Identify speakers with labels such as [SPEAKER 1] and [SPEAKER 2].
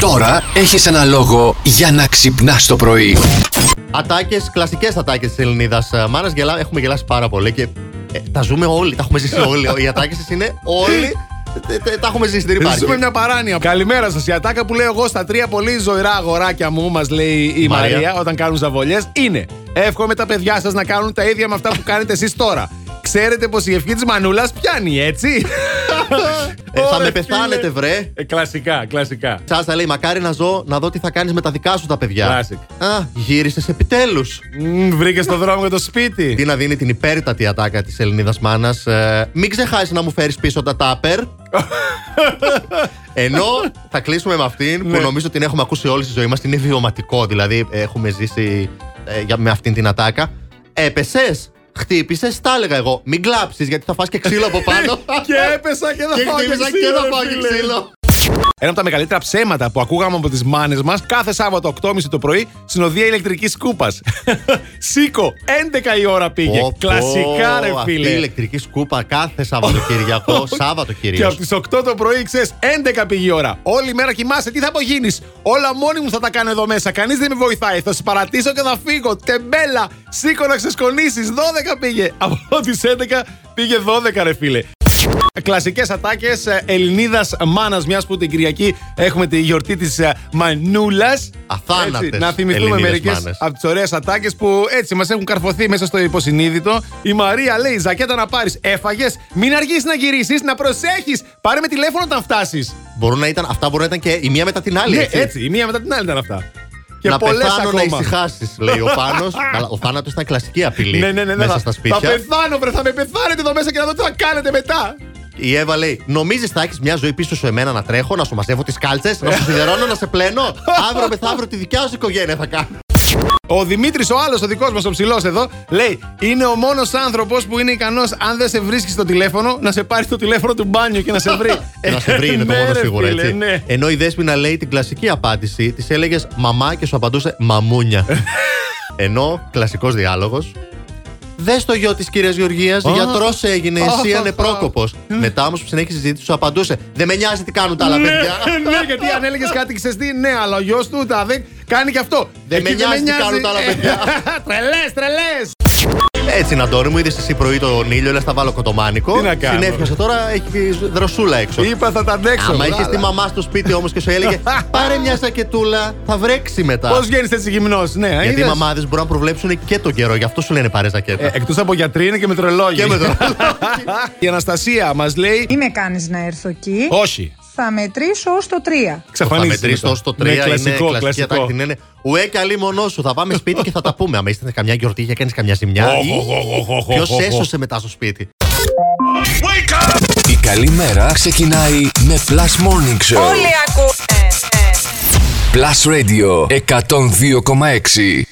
[SPEAKER 1] Τώρα έχεις ένα λόγο για να ξυπνάς το πρωί.
[SPEAKER 2] Ατάκες, κλασικές ατάκες της Ελληνίδας. Μάνα ε, γελά, έχουμε γελάσει πάρα πολύ και ε, τα ζούμε όλοι. Τα έχουμε ζήσει όλοι. Οι ατάκες είναι όλοι. τε- τε- Τα έχουμε ζήσει, δεν υπάρχει.
[SPEAKER 3] Ζούμε μια παράνοια. Καλημέρα σας. Η ατάκα που λέω εγώ στα τρία πολύ ζωηρά αγοράκια μου, μας λέει η Μαρία,
[SPEAKER 2] Μαρία.
[SPEAKER 3] όταν κάνουν ζαβολιές, είναι. Εύχομαι τα παιδιά σας να κάνουν τα ίδια με αυτά που κάνετε εσείς τώρα. Ξέρετε πως η ευχή της Μανούλας πιάνει, έτσι.
[SPEAKER 2] Ε, θα
[SPEAKER 3] Ωραία,
[SPEAKER 2] με πεθάνετε,
[SPEAKER 3] φίλε.
[SPEAKER 2] βρε.
[SPEAKER 3] Ε, κλασικά, κλασικά.
[SPEAKER 2] Τσάστα λέει: Μακάρι να ζω, να δω τι θα κάνεις με τα δικά σου τα παιδιά.
[SPEAKER 3] Classic.
[SPEAKER 2] Α, γύρισες επιτέλους.
[SPEAKER 3] Βρήκες το δρόμο για το σπίτι.
[SPEAKER 2] Τι να δίνει την υπέρτατη ατάκα της Ελληνίδας μάνας. Ε, μην ξεχάσεις να μου φέρεις πίσω τα τάπερ. Ενώ θα κλείσουμε με αυτήν
[SPEAKER 3] Ναι.
[SPEAKER 2] που νομίζω την έχουμε ακούσει όλη στη ζωή μας. Είναι βιωματικό, δηλαδή ε, έχουμε ζήσει ε, για- με αυτήν την ατάκα. Έπεσες, χτύπησες, τα έλεγα εγώ. Μην κλάψεις γιατί θα φας και ξύλο από πάνω.
[SPEAKER 3] και έπεσα και
[SPEAKER 2] και
[SPEAKER 3] δεν φάγε
[SPEAKER 2] χτύπησα και
[SPEAKER 3] ξύλο,
[SPEAKER 2] θα φάω και
[SPEAKER 3] φίλε.
[SPEAKER 2] ξύλο.
[SPEAKER 3] Ένα από τα μεγαλύτερα ψέματα που ακούγαμε από τις μάνες μας κάθε Σάββατο 8.30 το πρωί στην οδεία ηλεκτρικής κούπα. Σήκω, 11 η ώρα πήγε.
[SPEAKER 2] Πω, πω,
[SPEAKER 3] Κλασικά, ρε
[SPEAKER 2] αυτή η
[SPEAKER 3] φίλε.
[SPEAKER 2] ηλεκτρική σκούπα κάθε Σαββατοκυριακό. Σάββατο
[SPEAKER 3] Και
[SPEAKER 2] κυρίω.
[SPEAKER 3] από τις 8 το πρωί, ξέρεις, 11 πήγε η ώρα. Όλη μέρα κοιμάσαι, τι θα απογίνεις. Όλα μόνοι μου θα τα κάνω εδώ μέσα. Κανείς δεν με βοηθάει. Θα σε παρατήσω και θα φύγω. Τεμπέλα, σήκω να ξεσκονίσεις. 12 πήγε. Από τις 11 πήγε 12, ρε φίλε. Κλασικές ατάκες Ελληνίδας μάνας, μιας που την Κυριακή έχουμε τη γιορτή της Μανούλας.
[SPEAKER 2] Αθάνατες
[SPEAKER 3] Να θυμηθούμε
[SPEAKER 2] Ελληνίδες
[SPEAKER 3] μερικές
[SPEAKER 2] μάνες.
[SPEAKER 3] από τις ωραίες ατάκες που έτσι μας έχουν καρφωθεί μέσα στο υποσυνείδητο. Η Μαρία λέει: Ζακέτα να πάρεις. Έφαγες. Μην αργήσεις να γυρίσεις, να προσέχεις. Πάρε με τηλέφωνο όταν φτάσεις.
[SPEAKER 2] Μπορούν να ήταν, αυτά μπορούν να ήταν και η μία μετά την άλλη.
[SPEAKER 3] Ναι,
[SPEAKER 2] έτσι.
[SPEAKER 3] έτσι. Η μία μετά την άλλη ήταν αυτά. Και
[SPEAKER 2] να
[SPEAKER 3] πολλές
[SPEAKER 2] πεθάνω να
[SPEAKER 3] ακόμα.
[SPEAKER 2] ησυχάσεις, λέει ο Πάνος. ο θάνατος ήταν κλασική απειλή
[SPEAKER 3] Ναι, ναι, ναι, ναι,
[SPEAKER 2] μέσα
[SPEAKER 3] θα-
[SPEAKER 2] στα σπίτια.
[SPEAKER 3] Θα πεθάνω, βρε, θα με πεθάνετε εδώ μέσα και να δω τι θα κάνετε μετά.
[SPEAKER 2] Η Εύα λέει: Νομίζεις θα έχεις μια ζωή πίσω σε εμένα να τρέχω, να σου μαζεύω τις κάλτσες, να σου σιδερώνω, να σε πλένω. Αύριο μεθαύριο τη δικιά σου οικογένεια θα κάνω.
[SPEAKER 3] Ο Δημήτρης, ο άλλος, ο δικός μας, ο ψηλός εδώ, λέει: Είναι ο μόνος άνθρωπος που είναι ικανός, αν δεν σε βρίσκει στο τηλέφωνο, να σε πάρει το τηλέφωνο του μπάνιου και να σε βρει.
[SPEAKER 2] Ε, να σε βρει είναι το
[SPEAKER 3] Ναι,
[SPEAKER 2] μόνος
[SPEAKER 3] ρε,
[SPEAKER 2] σίγουρο,
[SPEAKER 3] φίλε,
[SPEAKER 2] έτσι.
[SPEAKER 3] ναι.
[SPEAKER 2] Ενώ η Δέσποινα λέει την κλασική απάντηση, της έλεγες μαμά και σου απαντούσε μαμούνια. Ενώ κλασικός διάλογος. Δες το γιο της κυρίας Γεωργίας, γιατρός έγινε, εσύ
[SPEAKER 3] Α,
[SPEAKER 2] ανεπρόκοπο. Μετά όμως που συνέχισε τη συζήτηση, σου απαντούσε Δεν με νοιάζει τι κάνουν τα άλλα
[SPEAKER 3] Ναι,
[SPEAKER 2] παιδιά.
[SPEAKER 3] ναι, γιατί αν έλεγες κάτι ξέρεις τι, ναι, αλλά ο γιος του τα δεν κάνει και αυτό.
[SPEAKER 2] Δεν με
[SPEAKER 3] Εκεί
[SPEAKER 2] νοιάζει τι κάνουν τα άλλα παιδιά.
[SPEAKER 3] Τρελές, τρελές.
[SPEAKER 2] Έτσι, Ναντόρι μου, είδες εσύ πρωί τον ήλιο, λες τα βάλω κοτομάνικο.
[SPEAKER 3] Τι να κάνω.
[SPEAKER 2] Συνέφιασε τώρα, έχει δροσούλα έξω.
[SPEAKER 3] Είπα θα τα αντέξω.
[SPEAKER 2] Άμα είχες τη μαμά στο σπίτι όμως και σου έλεγε Πάρε μια σακετούλα, θα βρέξει μετά.
[SPEAKER 3] Πώς βγαίνεις έτσι γυμνός, ναι.
[SPEAKER 2] Γιατί οι
[SPEAKER 3] είδες.
[SPEAKER 2] μαμάδες μπορούν να προβλέψουν και τον καιρό, γι' αυτό σου λένε πάρε
[SPEAKER 3] Ε,
[SPEAKER 2] ζακέτα.
[SPEAKER 3] Εκτός από γιατροί είναι και μετρολόγοι.
[SPEAKER 2] Και με το.
[SPEAKER 3] Η Αναστασία μας λέει
[SPEAKER 4] Μη με κάνεις να έρθω εκεί.
[SPEAKER 3] Όχι.
[SPEAKER 4] Θα μετρήσω ως το 3.
[SPEAKER 2] Θα
[SPEAKER 3] Ξαφανίζεται.
[SPEAKER 2] μετρήσει
[SPEAKER 3] μετά.
[SPEAKER 2] τόσο το 3
[SPEAKER 3] Ναι,
[SPEAKER 2] είναι
[SPEAKER 3] κλασικό,
[SPEAKER 2] κλασική
[SPEAKER 3] κλασικό.
[SPEAKER 2] ατάκτη. Είναι, Ουέ, καλή μονός σου. Θα πάμε σπίτι και θα τα πούμε. Αν είστε σε καμιά γιορτή και κάνεις καμιά ζημιά.
[SPEAKER 3] Οχ, οχ, οχ, οχ, οχ, οχ,
[SPEAKER 2] Ποιο
[SPEAKER 3] οχ.
[SPEAKER 2] έσωσε μετά στο σπίτι.
[SPEAKER 1] Η καλή μέρα ξεκινάει με Plus Morning Show.
[SPEAKER 5] Όλοι ακούνε.
[SPEAKER 1] Plus Radio 102,6.